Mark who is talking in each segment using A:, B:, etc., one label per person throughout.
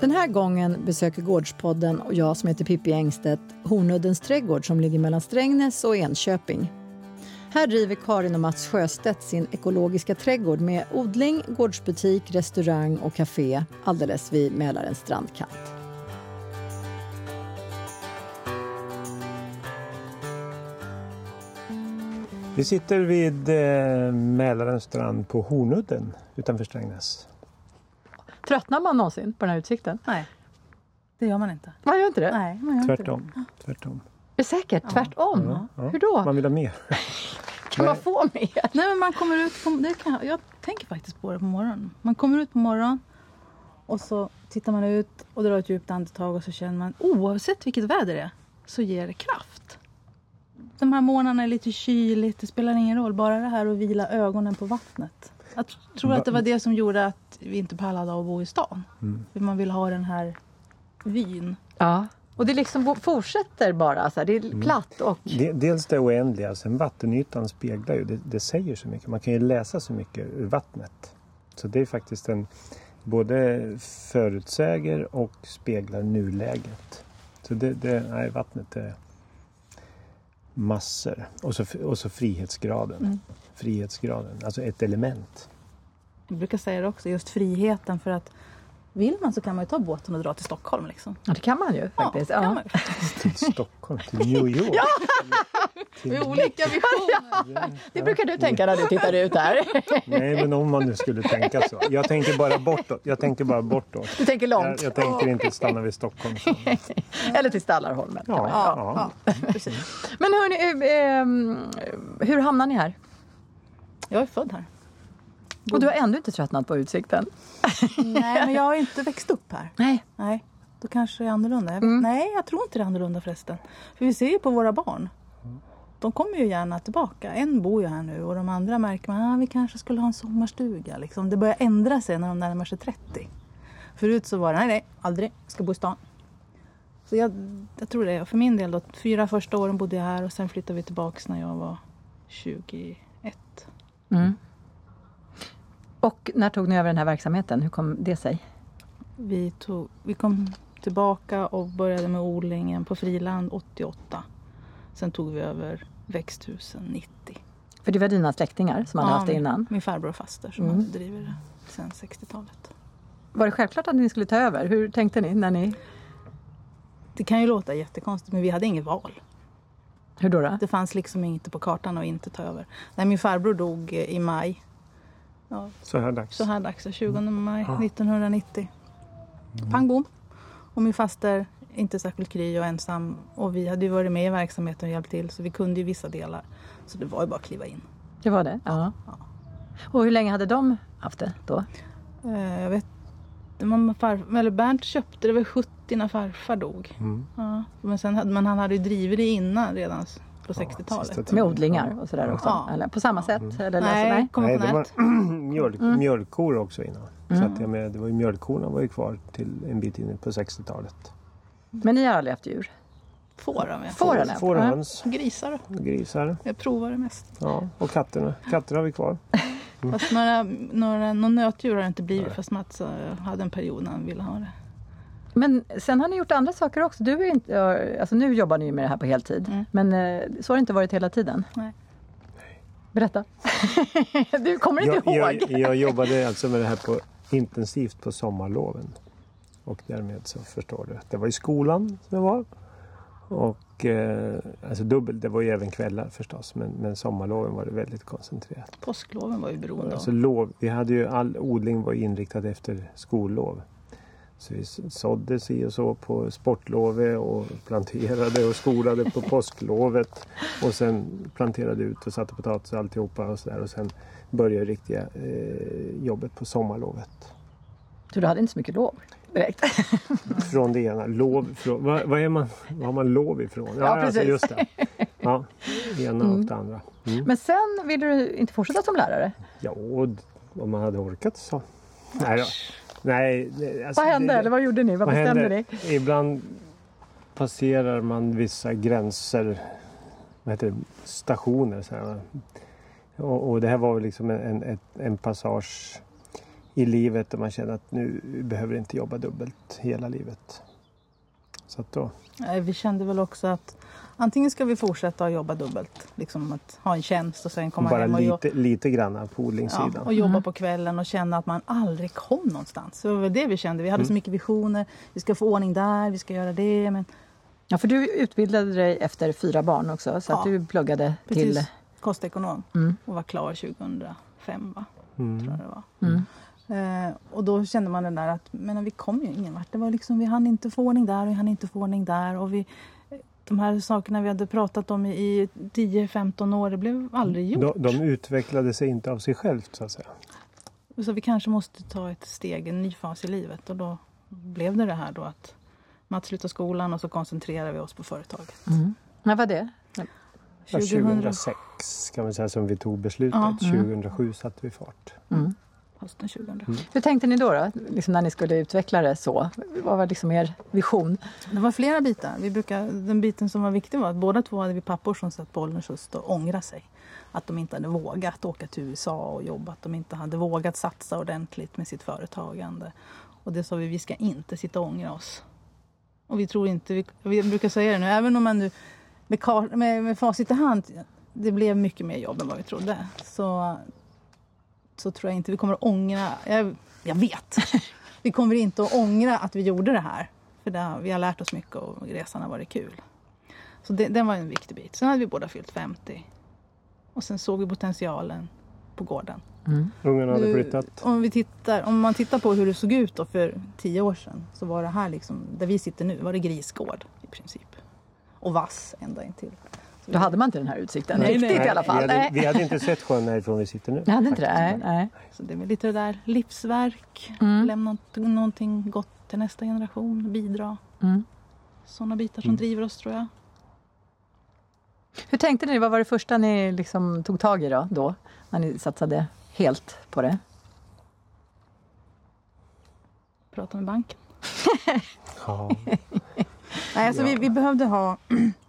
A: Den här gången besöker Gårdspodden och jag som heter Pippi Engstedt Hornuddens trädgård som ligger mellan Strängnäs och Enköping. Här driver Karin och Mats Sjöstedt sin ekologiska trädgård med odling, gårdsbutik, restaurang och café alldeles vid Mälarens strandkant.
B: Vi sitter vid eh, Mälarens strand på Hornudden utanför Strängnäs.
A: Tröttnar man någonsin på den här utsikten?
C: Nej, det gör man inte.
A: Man gör inte det?
C: Nej, man gör inte
B: Tvärtom. Tvärtom.
A: Är säkert? Tvärtom?
B: Ja.
A: Hur då?
B: Man vill ha mer.
A: kan man få mer?
C: det. Nej, men man kommer ut på, det kan, Jag tänker faktiskt på det på morgonen. Man kommer ut på morgonen och så tittar man ut och drar ett djupt andetag och så känner man "Oh, oavsett vilket väder det är så ger det kraft. De här morgnarna är lite kyligt, det spelar ingen roll. Bara det här att vila ögonen på vattnet. Jag tror att det var det som gjorde att vi inte pallade av att bo i stan. För man vill ha den här vyn.
A: Ja. Mm. Och det liksom bo- fortsätter bara, så här. det är platt och...
B: De- Dels det oändliga, sen vattenytan speglar ju, det, det säger så mycket. Man kan ju läsa så mycket ur vattnet. Så det är faktiskt en, både förutsäger och speglar nuläget. Så det, det nej, vattnet är massor. Och så, och så frihetsgraden. Frihetsgraden, alltså ett element.
C: Jag brukar säga det också, just friheten för att vill man så kan man ju ta båten och dra till Stockholm liksom.
A: Ja, det kan man ju faktiskt.
C: Ja,
A: Ja.
C: kan man ju.
B: Till Stockholm, till New York. Till,
C: Med
B: till,
C: olika visioner.
A: Det brukar du tänka när du tittar ut här.
B: nej, men om man nu skulle tänka så. Jag tänker bara bortåt. Jag tänker bara bortåt.
A: Du tänker
B: Jag,
A: långt.
B: jag tänker inte stanna vid Stockholm. Så. Ja,
A: Eller till Stallarholmen. kan man ju.
B: ja.
C: Precis.
A: Men hörni, eh, eh, hur hamnar ni här?
C: Jag är född här.
A: Och du har ändå inte tröttnat på utsikten?
C: Nej, men jag har ju inte växt upp här.
A: Nej.
C: Nej, då kanske det är annorlunda. Jag vet, Nej, jag tror inte det är annorlunda förresten. För vi ser ju på våra barn. De kommer ju gärna tillbaka. En bor ju här nu och de andra märker man att ah, vi kanske skulle ha en sommarstuga. Liksom. Det börjar ändra sig när de närmar sig 30. Förut så var det nej, nej, aldrig, jag ska bo i stan. Så jag, jag tror det. För min del då, fyra första åren bodde jag här och sen flyttade vi tillbaka när jag var 21.
A: Mm. Och när tog ni över den här verksamheten? Hur kom det sig?
C: Vi, tog, vi kom tillbaka och började med odlingen på friland 88. Sen tog vi över växthusen 90.
A: För det var dina släktingar som hade haft det innan. Mm.
C: Min farbror och faster som hade driver det sen 60-talet.
A: Var det självklart att ni skulle ta över? Hur tänkte ni? När ni...
C: Det kan ju låta jättekonstigt men vi hade inget val.
A: Hur då? då?
C: Det fanns liksom inte på kartan att inte ta över. Nej, min farbror dog i maj. Ja,
B: Så här dags.
C: så här dags, den 20
B: Mm.
C: maj
B: Ah.
C: 1990. Pang bom! Och min faster, inte särskilt kry och ensam. Och vi hade ju varit med i verksamheten och hjälpt till så vi kunde ju vissa delar. Så det var ju bara att kliva in.
A: Det var det? Ja. Och hur länge hade de haft det då?
C: Eh, Jag vet mamma, far, eller Bernt köpte det väl 70 när farfar dog.
B: Mm.
C: Ja, men, sen, hade- men han hade ju drivit det innan redan s- på 60-talet.
B: sista tiden.
A: Med odlingar och sådär också?
C: Ja.
A: Eller på samma sätt? Eller alltså,
C: Nej,
B: Nej, det
C: konventionellt.
B: var mjölk, mjölkkor också innan. Så att jag menar, det var ju, mjölkkorna var ju kvar till en bit in på 60-talet.
A: Men ni har aldrig haft djur?
C: Får har vi.
A: Får eller?
B: Får och höns,
C: Grisar.
B: grisar
C: Jag provar det mest.
B: ja. och katterna. Katter har vi kvar. Mm.
C: Fast några, några, någon nötdjur har det inte blivit fast Mats eh, hade en period när han ville ha det.
A: Men sen har ni gjort andra saker också. Du är inte, ja, alltså nu jobbar ni ju med det här på heltid. Men eh, så har det inte varit hela tiden.
C: Mm. Nej.
A: Berätta. du kommer inte
B: Jag,
A: ihåg.
B: jag, jag jobbade alltså med det här på, intensivt på sommarloven. Och därmed så förstår du. Det var i skolan som jag var. Och eh, alltså dubbelt, det var ju även kvällar förstås. Men, men sommarloven var det väldigt koncentrerat.
C: Påskloven var ju beroende
B: Alltså
C: av.
B: lov, vi hade ju all odling var inriktad efter skollov. Så vi sådde si och så på sportlovet och planterade och skolade på påsklovet. Och sen planterade ut och satte potatis och alltihopa och sådär. Och sen började riktiga eh, jobbet på sommarlovet.
A: Så du hade inte så mycket lov direkt.
B: Från det ena, lov från... Vad, vad är man, vad har man lov ifrån? Ja, alltså,
A: precis.
B: just det. Ja, det ena och det andra. Mm.
A: Men sen ville du inte fortsätta som lärare.
B: Ja, och d- om man hade orkat så. Nej, då. Nej, det- alltså,
A: Vad hände?
B: det-
A: Eller vad gjorde ni? Vad,
B: Vad
A: bestämde
B: händer?
A: ni?
B: Ibland passerar man vissa gränser, vad heter det, stationer. Så här. va. Och, och det här var väl liksom en, en, ett- en passage i livet där man känner att nu behöver inte jobba dubbelt hela livet. Så att då,
C: Nej, Vi kände väl också att antingen ska vi fortsätta att jobba dubbelt, liksom att ha en tjänst och sen komma
B: bara
C: hem och, jo-
B: lite, lite grann på odlingssidan.
C: ja, och jobba på kvällen och känna att man aldrig kom någonstans. Så det var väl det vi kände. Vi hade
B: Mm.
C: så mycket visioner. Vi ska få ordning där, vi ska göra det. Men
D: Ja, för du utbildade dig efter fyra barn också, så att
C: Ja.
D: du pluggade
C: precis,
D: till...
C: kostekonom
D: Mm.
C: och var klar 2005, va? tror
B: Mm.
C: jag det var.
D: Mm.
C: Eh, och då kände man den där att men vi kom ju ingen vart. Det var liksom, vi hann inte få ordning där och vi hann inte få ordning där. Och vi, de här sakerna vi hade pratat om i, i 10-15 år, det blev aldrig gjort.
B: De, de utvecklade sig inte av sig självt så att säga.
C: Så vi kanske måste ta ett steg, en ny fas i livet. Och då blev det det här då att Mats slutar skolan och så koncentrerar vi oss på företaget.
D: Mm. När var det?
B: Ja,
C: 2000,
B: 2006 kan man säga som vi tog beslutet.
C: Ja. mm.
B: 2007 satte vi fart.
D: Mm.
C: hösten 2000.
D: Hur tänkte ni då, då? Liksom när ni skulle utveckla det så? Vad var liksom er vision?
C: Det var flera bitar. Vi brukar, den biten som var viktig var att båda två hade vi pappor som satt på ålderns höst och ångrade sig. Att de inte hade vågat åka till USA och jobba, att de inte hade vågat satsa ordentligt med sitt företagande. Och det sa vi, vi ska inte sitta och ångra oss. Och vi tror inte, vi, vi brukar säga det nu, även om man nu med, kar- med, med facit i hand, det blev mycket mer jobb än vad vi trodde. Så, så tror jag inte vi kommer att ångra, jag, jag vet, vi kommer inte att ångra att vi gjorde det här. För det, har- vi har lärt oss mycket och resan har varit kul. Så det, den var en viktig bit. Sen hade vi båda fyllt 50. Och sen såg vi potentialen på gården.
B: Ungarna hade
C: Nu-
B: flyttat.
C: Om, vi tittar, om man tittar på hur det såg ut då för tio år sedan så var det här liksom, där vi sitter nu, var det grisgård i princip. Och vass ända in till.
D: Då hade man inte den här utsikten riktigt i alla fall.
B: Vi hade,
D: Nej.
B: vi hade inte sett sjön härifrån vi sitter nu.
D: Ni hade inte det? Nej, nej.
C: Så det är väl lite det där livsverk, lämna något- någonting gott till nästa generation, bidra.
D: Mm.
C: Sådana bitar som driver oss tror jag.
D: Hur tänkte ni? Vad var det första ni liksom tog tag i då, då? När ni satsade helt på det?
C: Prata med banken.
B: Ja.
C: Nej, alltså vi, vi behövde ha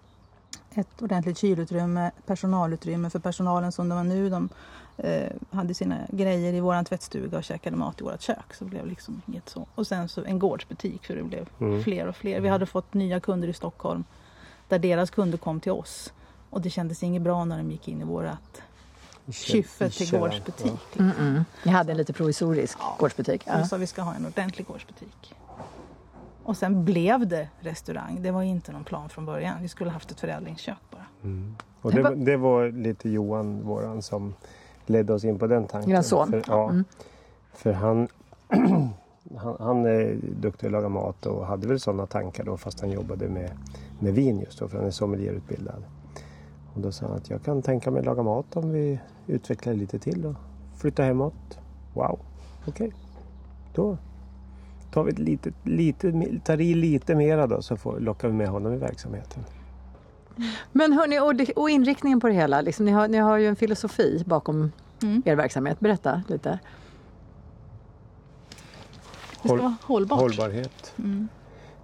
C: ett ordentligt kylutrymme, personalutrymme för personalen som det var nu. De eh, hade sina grejer i vår tvättstuga och käkade mat i vårt kök. Så det blev liksom inget så. Och sen så en gårdsbutik så det blev
B: Mm.
C: fler och fler. Vi hade fått nya kunder i Stockholm där deras kunder kom till oss. Och det kändes inget bra när de gick in i vårat kyffe till
B: Källaren,
C: gårdsbutik.
D: Mm-mm. Ni hade en lite provisorisk gårdsbutik?
C: Ja.
D: Ja.
C: Vi sa vi ska ha en ordentlig gårdsbutik. Och sen blev det restaurang. Det var inte någon plan från början. Vi skulle haft ett förädlingskök bara.
B: Mm. Och det, var- det var lite Johan, våran, som ledde oss in på den tanken.
D: Eran son?
B: För, ja, för han, han, han är duktig att laga mat och hade väl sådana tankar då fast han jobbade med, med vin just då för han är sommelierutbildad. Och då sa han att jag kan tänka mig att laga mat om vi utvecklar lite till och flyttar hemåt. Wow, okej. Då tar vi ett litet, lite, tar i lite mera då så får, lockar vi med honom i verksamheten.
D: Men hörni, och, det- och inriktningen på det hela. Liksom, ni, har, ni har ju en filosofi bakom
C: Mm.
D: er verksamhet. Berätta lite.
C: Det ska
B: Håll-
C: vara hållbart.
B: Hållbarhet.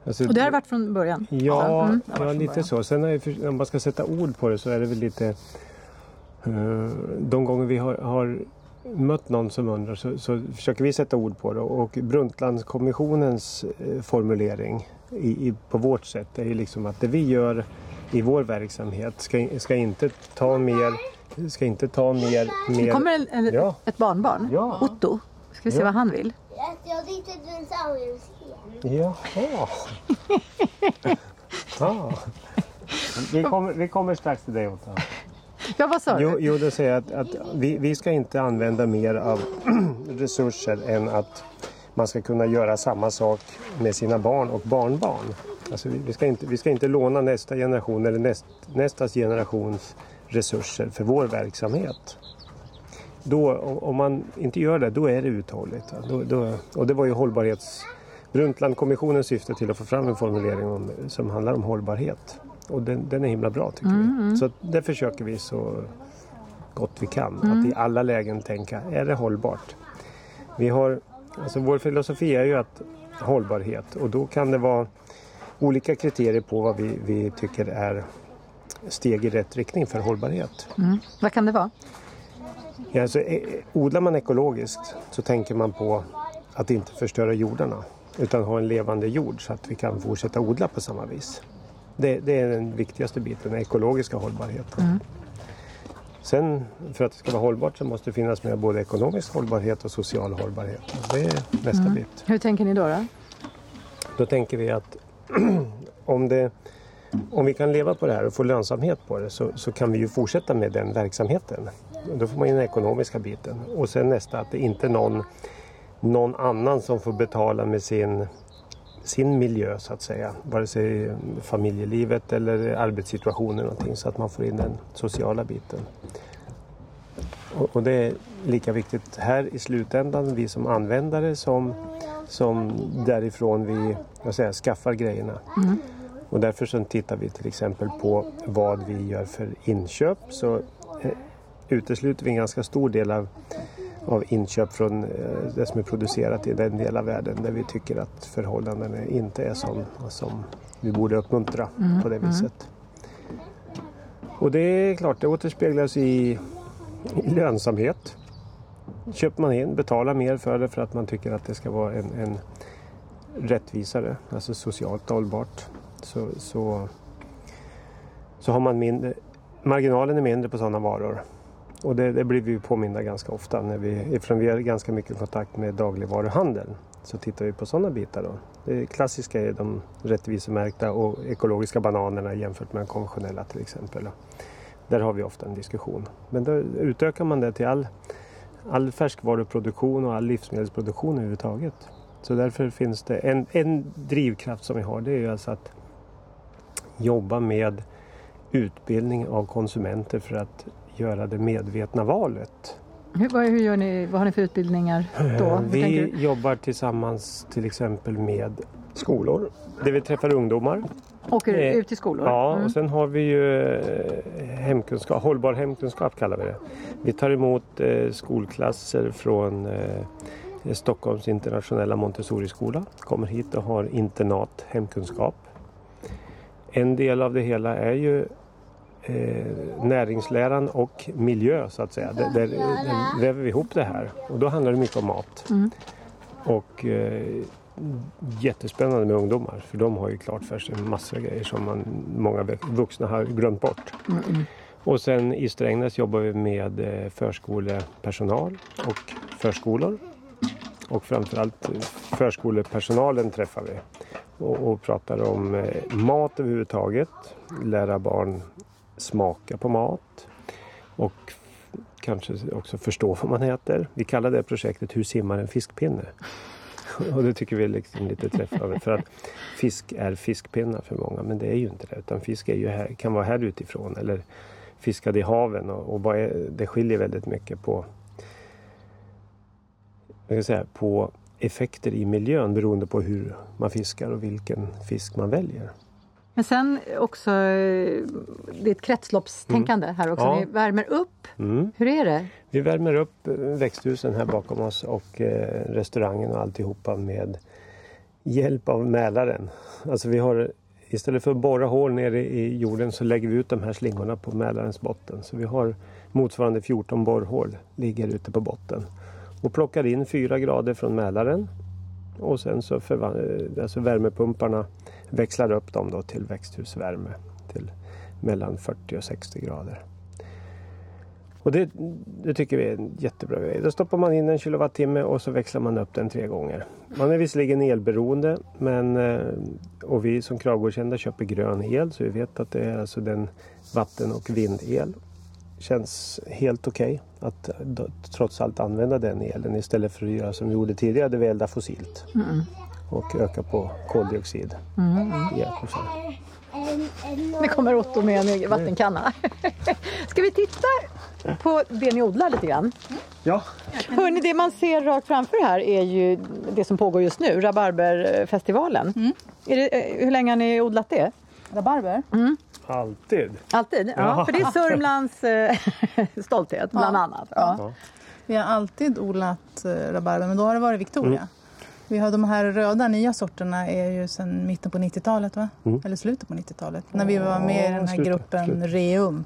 B: Alltså,
D: Mm. Och det har det varit från början?
B: Ja,
D: Mm,
B: ja, lite så. Sen är, det för- om man ska sätta ord på det så är det väl lite... eh, de gånger vi har, har mött någon som undrar så, så försöker vi sätta ord på det. Och Brundtlandkommissionens eh, formulering i, i, på vårt sätt är ju liksom att det vi gör i vår verksamhet ska, ska inte ta mer... Ska inte ta mer...
D: Det
B: mer
D: kommer en, en,
B: Ja.
D: ett barnbarn,
B: Ja.
D: Otto. Ska vi se
B: Ja.
D: vad han vill?
E: Att jag tyckte att du sa
B: Jaha. ja. Vi, kommer, vi kommer strax till dig Otto.
D: Ja, vad sa
B: Jo,
D: du?
B: jo det säger jag att, att vi, vi ska inte använda mer av resurser än att man ska kunna göra samma sak med sina barn och barnbarn. Alltså vi, vi, ska inte, vi ska inte låna nästa generation eller näst, nästas generations resurser för vår verksamhet. Då, o- om man inte gör det, då är det uthålligt. Då, då, och det var ju hållbarhets... Brundtlandkommissionens syfte till att få fram en formulering om, som handlar om hållbarhet. Och den, den är himla bra tycker
D: Mm,
B: vi. Så att det försöker vi så gott vi kan. Att i alla lägen tänka, är det hållbart? Vi har, alltså vår filosofi är ju att hållbarhet och då kan det vara olika kriterier på vad vi, vi tycker är steg i rätt riktning för hållbarhet.
D: Vad kan det vara?
B: Ja, så, eh, odlar man ekologiskt så tänker man på att inte förstöra jordarna utan ha en levande jord så att vi kan fortsätta odla på samma vis. Det, det är den viktigaste biten, den ekologiska hållbarheten. Sen för att det ska vara hållbart så måste det finnas med både ekonomisk hållbarhet och social hållbarhet. Det är nästa bit.
D: Hur tänker ni då? då?
B: Då tänker vi att om, det, om vi kan leva på det här och få lönsamhet på det så, så kan vi ju fortsätta med den verksamheten. Då får man in den ekonomiska biten. Och sen nästa att det inte är någon, någon annan som får betala med sin, sin miljö så att säga. Vare sig familjelivet eller arbetssituationen eller någonting så att man får in den sociala biten. Och, och det är lika viktigt här i slutändan, vi som användare som som därifrån vi vad säger, jag, skaffar grejerna. Och därför så tittar vi till exempel på vad vi gör för inköp så eh, utesluter vi en ganska stor del av, av inköp från eh, det som är producerat i den del av världen där vi tycker att förhållandena inte är som, som vi borde uppmuntra på det viset. Och det är klart, det återspeglas i, i lönsamhet köper man in, betalar mer för det för att man tycker att det ska vara en, en rättvisare, alltså socialt hållbart. Så, så, så har man mindre, marginalen är mindre på sådana varor. Och det, det blir vi ju påminda ganska ofta när vi, eftersom vi har ganska mycket kontakt med dagligvaruhandeln. Så tittar vi på sådana bitar då. Det klassiska är de rättvisemärkta och ekologiska bananerna jämfört med de konventionella till exempel. Där har vi ofta en diskussion. Men då utökar man det till all all färskvaruproduktion och all livsmedelsproduktion överhuvudtaget. Så därför finns det en, en drivkraft som vi har det är ju alltså att jobba med utbildning av konsumenter för att göra det medvetna valet. Eh,
D: Hur, vad, hur gör ni, vad har ni för utbildningar då? Hur tänker
B: Vi
D: du?
B: jobbar tillsammans till exempel med skolor där vi träffar ungdomar.
D: Åker
B: eh,
D: ut i skolor?
B: Ja,
D: Mm.
B: och sen har vi ju eh, hemkunskap, hållbar hemkunskap kallar vi det. Vi tar emot eh, skolklasser från eh, Stockholms internationella Montessori-skola. Kommer hit och har internat hemkunskap. En del av det hela är ju eh, näringsläran och miljö så att säga. Där, där, där väver vi ihop det här och då handlar det mycket om mat.
D: Mm.
B: Och eh, jättespännande med ungdomar för de har ju klart för sig massor av grejer som man, många vuxna har glömt bort.
D: Mm.
B: Och sen i Strängnäs jobbar vi med eh, förskolepersonal och förskolor. Och framförallt eh, förskolepersonalen träffar vi och, och pratar om eh, mat överhuvudtaget, lära barn smaka på mat och f- kanske också förstå vad man äter. Vi kallar det projektet Hur simmar en fiskpinne? Och det tycker vi är liksom lite träffande för att fisk är fiskpinnar för många men det är ju inte det utan fisk är ju här, kan vara här utifrån eller fiskad i haven och, och vad är, det skiljer väldigt mycket på, jag ska säga, på effekter i miljön beroende på hur man fiskar och vilken fisk man väljer.
D: Men sen också, eh, det är ett kretsloppstänkande här också.
B: Ja.
D: Ni värmer upp.
B: Mm.
D: Hur är det?
B: Vi värmer upp eh, växthusen här bakom oss och eh, restaurangen och alltihopa med hjälp av Mälaren. Alltså vi har, istället för att borra hål nere i jorden så lägger vi ut de här slingorna på Mälarens botten. Så vi har motsvarande 14 borrhål ligger ute på botten. Och plockar in 4 grader från Mälaren och sen så förvan- eh, alltså värmepumparna växlar upp dem då till växthusvärme till mellan 40 och 60 grader. Och det, det tycker vi är en jättebra grej. Då stoppar man in en kilowattimme och så växlar man upp den tre gånger. Man är visserligen elberoende men, eh, och vi som Kravgårdskända köper grön el så vi vet att det är alltså den vatten och vindel. Känns helt okej att då, trots allt använda den elen istället för att göra som vi gjorde tidigare, där vi eldade fossilt och öka på koldioxid. Ja, och så.
D: Nu kommer Otto med en egen vattenkanna. Ska vi titta på det ni odlar lite grann?
B: ja.
D: Hörrni, det man ser rakt framför här är ju det som pågår just nu, Rabarberfestivalen. Är det, eh, hur länge har ni odlat det?
C: Rabarber?
B: alltid.
D: Alltid? Ja,
B: Ja.
D: för det är Sörmlands eh, stolthet, bland annat. Ja.
C: Vi har alltid odlat eh, rabarber, men då har det varit Victoria.
B: Mm.
C: Vi har de här röda nya sorterna är ju sedan mitten på 90-talet, va? Eller slutet på 90-talet. När vi var med i den här
B: Mm. slutet, Mm,
C: gruppen
B: slutet.
C: Reum,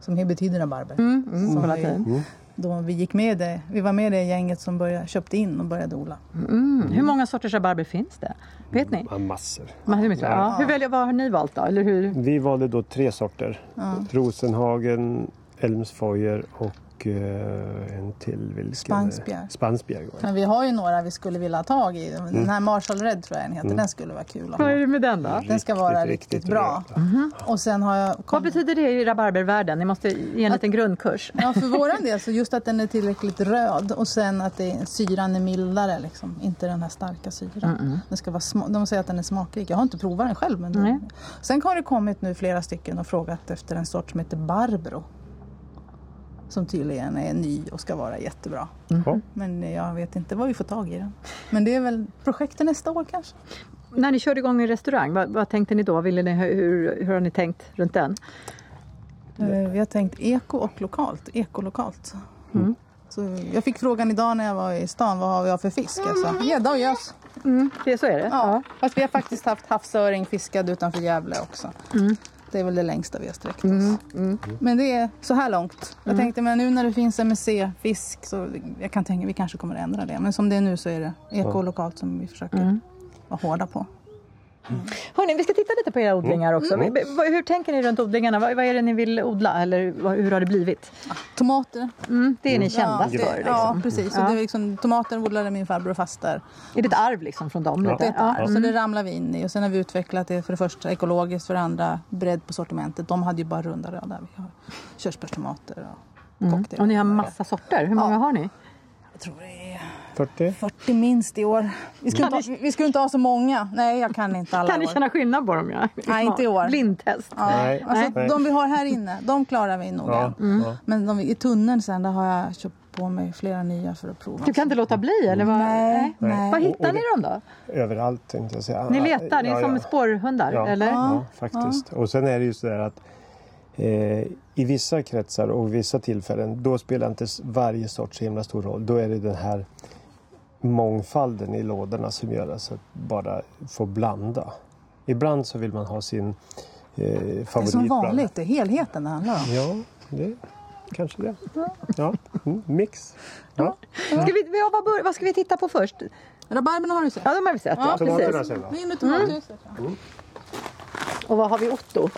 C: som här betyder rabarber. som var ju- då vi gick med det. Vi var med i det gänget som började, köpte in och började odla.
A: Mm. Hur många sorters rabarber finns det? Vet ni?
B: Ja, massor.
A: Men hur mycket?
B: Ja.
A: Ja. Hur väljer, vad har ni valt då? Eller hur?
D: Mm.
B: Vi valde då tre sorter. Rosenhagen, Elmsfoyer och eh, en till. Vilken?
C: Spansbjerg.
B: Spansbjerg var det.
C: Men vi har ju några vi skulle vilja ha tag i.
B: Mm.
C: Den här Marshall Red tror jag den heter. Den skulle vara kul att
A: Vad
C: ha.
A: är det med den då?
C: Den ska vara
B: Riktigt,
C: riktigt,
B: riktigt
C: bra. Mm-hmm. Och sen har jag...
A: Vad betyder det i rabarbervärlden? Ni måste ge en liten grundkurs.
C: Ja, för våran del så just att den är tillräckligt röd och sen att det, syran är mildare liksom. Inte den här starka syran. Den ska vara sma- de säger att den är smakrik. Jag har inte provat den själv. Men
A: Nej.
C: den... Sen har det kommit nu flera stycken och frågat efter en sort som heter Barbro. Som tydligen är ny och ska vara jättebra.
A: Mm.
B: Ja.
C: Men jag vet inte vad vi får tag i den. Men det är väl projektet nästa år kanske.
A: När ni körde igång en restaurang, vad, vad tänkte ni då? Ville ni, hur, hur har ni tänkt runt den?
C: Eh, Vi har tänkt eko och lokalt. Ekolokalt.
A: Mm.
C: Mm. Så jag fick frågan idag när jag var i stan, vad har vi för fisk? Jag sa gädda och gös.
A: Det, så är det?
C: Ja, fast vi har faktiskt haft havsöring fiskad utanför Gävle också.
A: Mm.
C: Det är väl det längsta vi har sträckt oss. Men det är så här långt. Jag
A: Mm.
C: tänkte, men nu när det finns MSC-fisk så jag kan tänka vi kanske kommer att ändra det. Men som det är nu så är det ekolokalt som vi försöker
A: Mm.
C: vara hårda på.
A: Hörrni, vi ska titta lite på era odlingar också.
C: Mm.
A: B- b- Hur tänker ni runt odlingarna? Vad, vad är det ni vill odla? Eller vad- hur har det blivit?
C: Tomater.
A: Mm, det är ni kända
C: ja,
A: för.
C: det-
A: Liksom.
C: Ja, precis. Och
A: Ja.
C: det är liksom, tomater odlade min farbror och faster.
A: Är det ett arv liksom, från dem?
C: Det är
A: lite?
C: ett
A: Ja.
C: arv, Så det ramlar vi in i. Och sen har vi utvecklat det för det första ekologiskt, för det andra bredd på sortimentet. De hade ju bara runda röda. Vi har körsbärstomater och cocktail.
A: Mm. Och ni har massa sorter. Hur många har ni?
C: Jag tror det är
B: 40.
C: 40 minst i år. Vi skulle, inte ha, vi skulle inte ha så många. Nej, jag kan inte alla
A: Kan ni
C: i år.
A: känna skillnad på dem? Ja?
C: Nej, inte i år.
A: Blindtest.
C: Ja,
B: Nej,
C: alltså,
B: nej.
C: De vi har här inne, de klarar vi nog.
B: Ja,
A: Mm.
B: ja.
C: Men de, i tunneln sen, där har jag köpt på mig flera nya för att prova.
A: Du kan inte låta bli? Eller vad?
C: Nej, nej.
A: Vad hittar ni dem då?
B: Överallt tänkte jag säga.
A: Ni letar? Ni är
B: Ja,
A: som
B: ja.
A: spårhundar?
B: Ja,
A: Eller?
B: ja faktiskt. Och sen är det ju så där att eh, i vissa kretsar och vissa tillfällen då spelar inte s- varje sort så himla stor roll. Då är det den här mångfalden i lådorna som gör alltså att bara få blanda. Ibland så vill man ha sin eh,
C: det är som
B: favoritblandning.
C: vanligt, det är helheten det handlar om.
B: Ja, det kanske det. Ja, mm, mix. Ja.
A: Ska vi, vi- ja, vad, bör, vad ska vi titta på först?
C: Rabarberna har du sett.
A: Ja, de har vi sett. Ja,
B: Tomaterna
A: precis.
B: sen då?
C: In med tomathuset.
A: Mm. Och vad har vi Otto?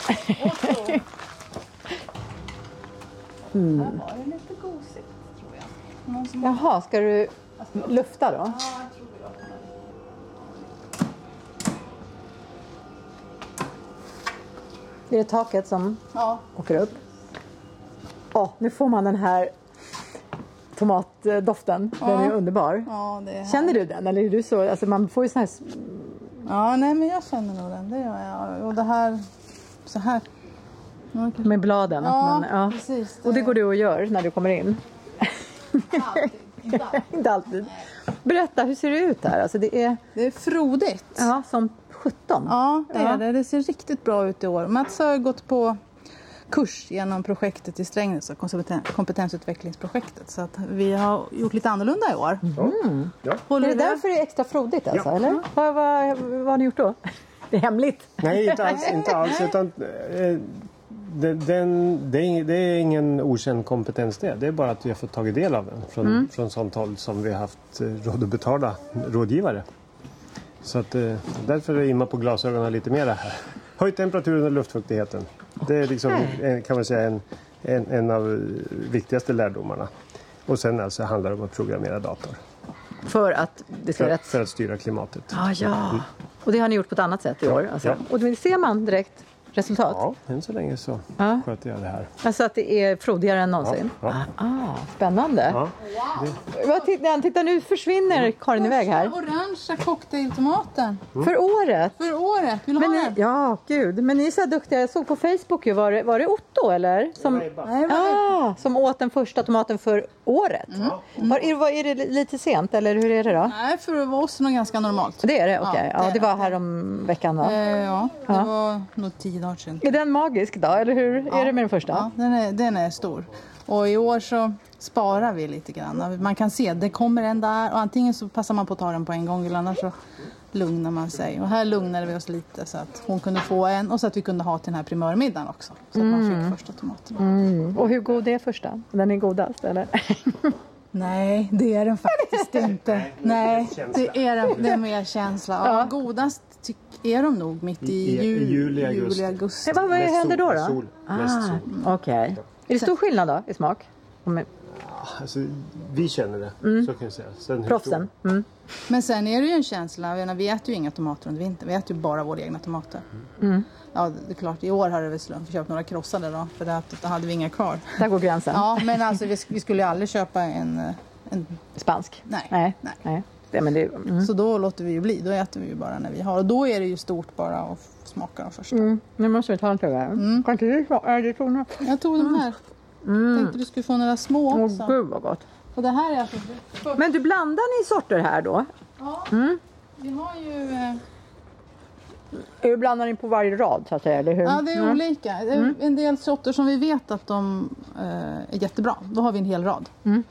C: Där var det lite gosigt, tror jag. Någon som...
A: Mm. Jaha, ska du lufta då? Det är det taket som
C: Ja,
A: åker upp. Åh, nu får man den här tomatdoften. Den är underbar.
C: ja, det är här.
A: Känner du den? Eller är du så, alltså man får ju sån här...
C: ja, nej men jag känner nog den. Det gör jag. Och det här, så här.
A: Med bladen.
C: Ja,
A: att man, ja.
C: precis, det-
A: Och det går du och gör när du kommer in? Inte alltid. Berätta, hur ser det ut här? Alltså det är
C: Det är frodigt.
A: ja, som 17.
C: Ja, det är det. Det ser riktigt bra ut i år. Mats har gått på kurs genom projektet i Strängnäs, och kompeten- kompetensutvecklingsprojektet. Så att vi har gjort lite annorlunda i år.
B: Ja.
A: Är
C: Håller
A: det
C: du med?
A: därför det är extra frodigt alltså, eller? Vad, vad, vad har ni gjort då? Det är hemligt.
B: Nej, inte alls. Inte alls utan, eh, det, den, det, är, ing- det är ingen okänd kompetens det. Det är bara att vi har fått tagit del av den från,
A: Mm.
B: från sånt håll som vi har haft eh, råd att betala rådgivare. Så att, eh, därför är Imma på glasögonen lite mera här. Höj temperaturen och luftfuktigheten. Det är liksom, en, kan man säga en, en, en av eh, viktigaste lärdomarna. Och sen alltså handlar det om att programmera dator
A: För att det ska
B: för,
A: rätt.
B: för att styra klimatet.
A: Ah, ja. Och det har ni gjort på ett annat sätt i år. Alltså.
B: ja.
A: Och det ser man direkt resultat.
B: Ja, än så länge så
A: Ja.
B: sköter jag det här.
A: Alltså att det är frodigare än
B: Ja,
A: någonsin.
B: ja.
A: Ah, spännande.
B: Ja.
A: Vad Titta, titta, nu försvinner Karin iväg här.
C: Orangea cocktailtomaten
A: För året.
C: för året. Vill du
A: Men
C: ha
A: ni,
C: den?
A: ja, gud. Men ni är så här duktiga. Jag såg på Facebook ju, var det, var det Otto eller? Som,
C: Nej, vad-
A: ah, som åt den första tomaten för året. Var, är, var, är det li- lite sent eller hur är det då?
C: Nej, för oss är det nog ganska normalt.
A: Det är det, okej.
C: Ja,
A: Ja,
C: det
A: det
C: är
A: var här om veckan va?
C: Eh, ja, det
A: Ja.
C: var nog tio dagar sedan.
A: Är den magisk då, eller hur? Är det med den första?
C: Ja, den är, den är stor. Och i år så sparar vi lite grann. Man kan se, det kommer en där och antingen så passar man på att ta den på en gång eller annars så lugnar man sig. Och här lugnade vi oss lite så att hon kunde få en och så att vi kunde ha till den här primörmiddagen också. Så att man fick första tomaterna.
A: Mm. Och hur god är första? Den är godast eller?
C: Nej, det är den faktiskt inte. Nej, det är, den, det är mer känsla. Ja. Godast tyck, är de nog mitt i,
B: I- i
C: jul,
B: juli, augusti.
C: augusti.
A: Men vad vad
B: Mest
A: händer
B: sol-
A: då? då?
B: Sol,
C: Ah.
B: mest sol.
A: Okej. Är det stor skillnad då i smak? Om-
B: Alltså, vi känner det,
C: Mm.
B: så kan jag säga. Sen hur
A: Proffsen?
B: stor-
A: Mm.
C: Men sen är det ju en känsla, jag menar, vi äter ju inga tomater under vintern, vi äter ju bara våra egna tomater.
A: Mm.
C: Ja, det är klart, i år har det väl slump, köpt några krossade då, för det, då hade vi inga kvar.
A: Där går gränsen.
C: Ja, men alltså vi, vi skulle ju aldrig köpa en, eh, en
A: Spansk?
C: Nej.
A: Nej.
C: Nej.
A: Nej. Ja, men det, mm.
C: så då låter vi ju bli, då äter vi ju bara när vi har. Och då är det ju stort bara att f- smaka de första.
A: Mm. Nu måste vi ta en tugga. här.
C: Mm.
A: Kan inte du smaka? Nej, det tog nog.
C: Jag tog de här, tänkte du skulle få några små också.
A: Mm. Åh gud vad gott.
C: Och det här är alltså,
A: Men du blandar ni sorter här då?
C: ja,
A: Mm.
C: vi har ju, eh,
A: Hur blandar ni på varje rad så att säga? Eller hur?
C: ja det är olika. Det är
A: Mm.
C: En del sorter som vi vet att de eh, är jättebra, då har vi en hel rad.
A: Mm.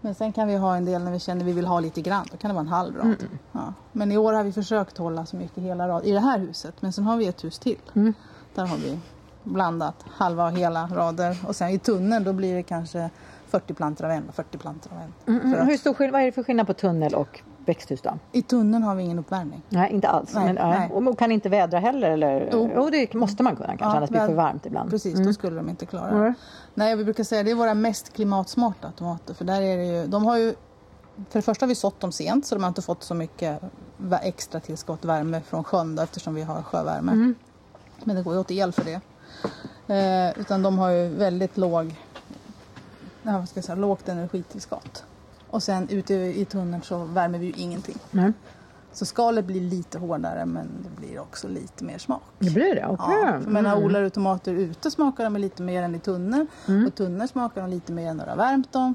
C: Men sen kan vi ha en del när vi känner vi vill ha lite grann, då kan det vara en halv rad.
A: Mm.
C: Ja. Men i år har vi försökt hålla så mycket hela rad i det här huset, men sen har vi ett hus till.
A: Mm.
C: Där har vi blandat halva och hela rader och sen i tunneln då blir det kanske 40 plantor av en och 40 plantor av en. För
A: Mm.
C: att,
A: Hur stor skill- vad är det för skillnad på tunnel och växthus då?
C: I tunneln har vi ingen uppvärmning.
A: Nej, inte alls.
C: Nej,
A: men, ja.
C: nej.
A: Och man kan inte vädra heller? Eller?
C: Jo.
A: Jo. det måste man kunna kanske,
C: Ja,
A: annars blir det för
C: väl-
A: varmt ibland.
C: Precis, då skulle de inte klara det.
A: Mm.
C: Nej, vi brukar säga det är våra mest klimatsmarta tomater. För där är det ju, de har ju, för det första har vi sått dem sent så de har inte fått så mycket va- extra tillskott värme från sjön då, eftersom vi har sjövärme. Men det går ju åt el för det. Eh, utan de har ju väldigt låg, ja, vad ska jag säga, lågt energitillskott. Och sen ute i tunneln så värmer vi ju ingenting.
A: Nej.
C: Så skalet blir lite hårdare men det blir också lite mer smak.
A: Det blir det? Okej.
C: Ja, för menar, odlar du tomater ute smakar de lite mer än i tunneln och tunneln smakar de lite mer när du har värmt dem.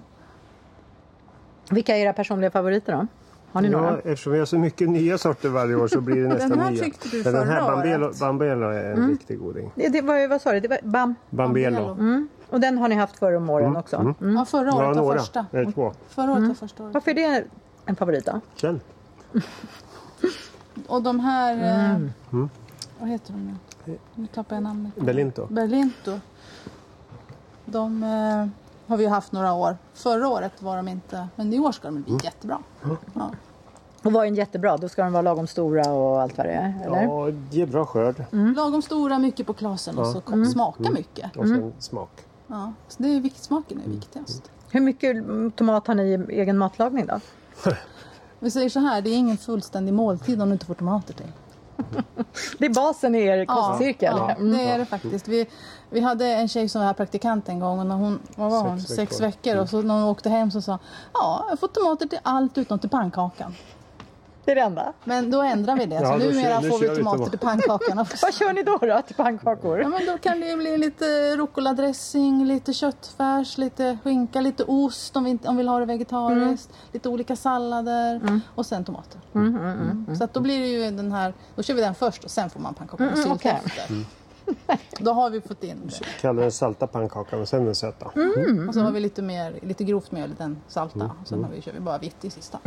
A: Vilka är era personliga favoriter då? Har ni några?
B: Ja, eftersom vi har så mycket nya sorter varje år så blir det nästan
C: här
B: nya.
C: tyckte du
B: Men den här
C: förra
B: Bambelo,
C: året. Mm.
B: Bambelo är en riktig goding.
A: Det, det var, ju- vad sa du? Det var, bam.
B: Bambelo.
C: Bambelo.
A: Mm. Och den har ni haft förr om åren också?
C: Ja, förra
B: Ja,
C: året var
B: några.
C: första.
B: Eller två.
C: Förra året var första året.
A: Varför är det en favorit då?
B: Känn.
C: Och de här... eh, Vad heter de nu? Nu tappar jag namnet.
B: Belinto.
C: Berlinto. De eh, har vi ju haft några år. Förra året var de inte, men i år ska de bli
B: Mm.
C: jättebra. Ja.
A: Och var den jättebra? Då ska de vara lagom stora och allt vad det är? Eller?
B: Ja, ger bra skörd.
C: Lagom stora, mycket på klasen och så kom, smaka
B: Mm.
C: mycket.
B: Och sen smak.
C: Ja. Så det är, vikt- smaken
B: Mm.
C: är viktigast.
A: Hur mycket mm, tomat har ni i egen matlagning då?
C: Vi säger så här, det är ingen fullständig måltid om du inte får tomater till.
A: Det är basen i er kostcirkel?
C: Ja,
A: Mm.
C: det är det faktiskt. Vi, vi hade en tjej som var här praktikant en gång och när hon, vad var
B: Sex
C: hon?
B: veckor. Mm.
C: sex veckor och så när hon åkte hem så sa hon, ja, jag får tomater till allt utom till pannkakan.
A: Det är det enda?
C: Men då ändrar vi det, så
B: Ja, då
C: numera
B: kör- nu
C: får vi
B: kör vi
C: tomater
B: tomat-
C: till pannkakan också.
A: Vad kör ni då, då till pannkakor?
C: Ja, men då kan det ju bli lite rucola-dressing, lite köttfärs, lite skinka, lite ost om vi, inte, om vi vill ha det vegetariskt, lite olika sallader och sen tomater. Mm. Så att då blir det ju den här, då kör vi den först och sen får man pannkakor och sylt
A: okej.
C: efter. Då har vi fått in det.
B: Kallar den salta pannkakan och sen den söta.
C: Och så har vi lite, mer, lite grovt mjöl i den salta. och Sen har vi, kör vi bara vitt i sista.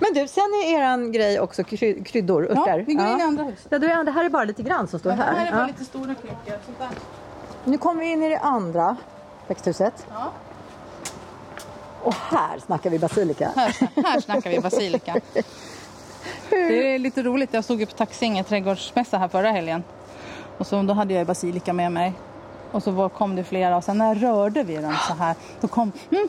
A: Men du, sen är eran grej också kry- kryddor, örter.
C: vi går in i andra huset.
A: Ja, då är- det här är bara lite grann som står
C: Men det
A: här.
C: här är bara
A: ja.
C: lite stora krukor. sånt där.
A: Nu kommer vi in i det andra växthuset.
C: Ja.
A: Och här snackar vi basilika.
C: Här, här snackar vi basilika. Det är lite roligt. Jag stod ju på Taxinge trädgårdsmässa här förra helgen. Och så, då hade jag ju basilika med mig. Och så var, kom det flera och sen när jag rörde vid dem så här, då kom... Mm,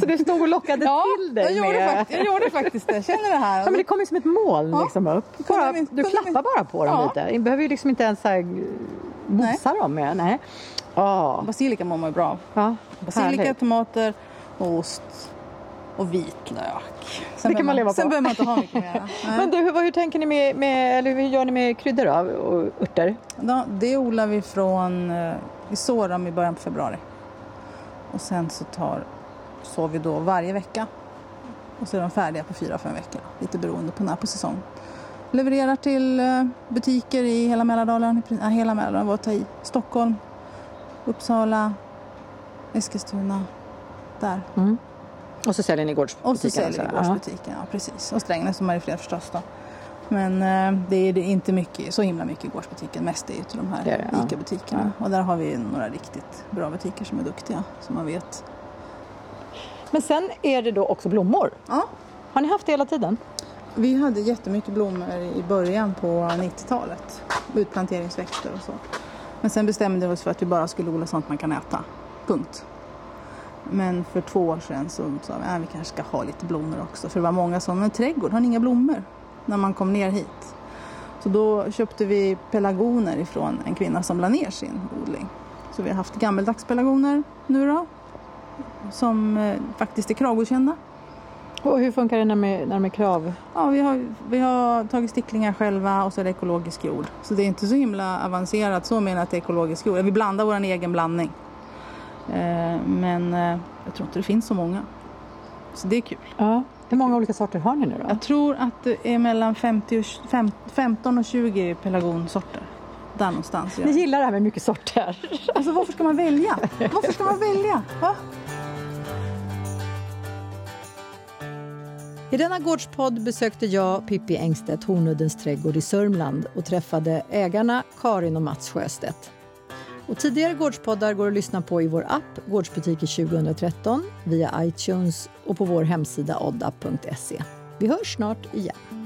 A: Så du stod och lockade till dig
C: jag gjorde,
A: med...
C: fakt- jag gjorde faktiskt det. Känner det här? Alltså,
A: Ja, men det kommer som ett moln
C: Ja.
A: liksom upp.
C: Kunde
A: Bara,
C: vi-
A: du
C: kunde
A: klappar
C: vi-
A: bara på dem
C: Ja.
A: lite. Du behöver ju liksom inte ens så här, bosa dem med. Nej. Ja.
C: Basilika mår man ju bra av.
A: ja.
C: Basilika,
A: härligt.
C: tomater och ost. Och vitlök. Sen
A: Det kan
C: behöver
A: man leva på.
C: Sen behöver man inte ha mycket mer. Nej.
A: Men du, hur, vad- hur tänker ni med, med eller hur gör ni med kryddor då? Och örter?
C: Ja, det odlar vi från... eh, Vi sår dem i början på februari. Och sen så tar, sår vi då varje vecka. Och så är de färdiga på fyra, fem veckor. Lite beroende på när på säsong. Levererar till eh, butiker i hela Mälardalen. i prin- Nej, hela Mälardalen var att ta i. Stockholm, Uppsala, Eskilstuna. Där.
D: Och så säljer ni i gårdsbutiken?
C: Och så säljer vi
D: alltså.
C: i gårdsbutiken, ja precis. Och Strängnäs och Mariefred förstås då. Men eh, det är det inte mycket, så himla mycket i gårdsbutiken. Mest är ju till de här
D: Det är det, ja.
C: ICA-butikerna. Och där har vi några riktigt bra butiker som är duktiga, som man vet.
D: Ja. Men sen är det då också blommor.
C: Ja,
D: Har ni haft det hela tiden?
C: vi hade jättemycket blommor i början på 90-talet. Utplanteringsväxter och så. Men sen bestämde vi oss för att vi bara skulle odla sånt man kan äta. Punkt. Men för två år sedan så sa vi att vi kanske ska ha lite blommor också. För det var många som, men trädgård, har ni inga blommor? När man kom ner hit. Så då köpte vi pelargoner ifrån en kvinna som la ner sin odling. Så vi har haft gammeldags pelargoner nu då. Som eh, faktiskt är kravgodkända.
D: Och hur funkar det när med, när med krav?
C: Ja, vi har, vi har tagit sticklingar själva och så är det ekologisk jord. Så det är inte så himla avancerat så menar jag att det är ekologisk jord. Vi blandar vår egen blandning. Eh, Men eh, jag tror inte det finns så många. Så det är kul.
D: Ja. Hur många olika sorter har ni nu då?
C: Jag tror att det är mellan 50 och, 20 fem- 15 och 20 pelargonsorter. Där någonstans.
D: Ni
C: Ja.
D: gillar det här med mycket sorter.
C: Alltså varför ska man välja? Varför ska man välja? Va?
A: I denna gårdspodd besökte jag, Pippi Engstedt, Hornuddens trädgård i Sörmland och träffade ägarna Karin och Mats Sjöstedt. Och tidigare gårdspoddar går att lyssna på i vår app Gårdsbutiker 2013 via iTunes och på vår hemsida odda.se. Vi hörs snart igen.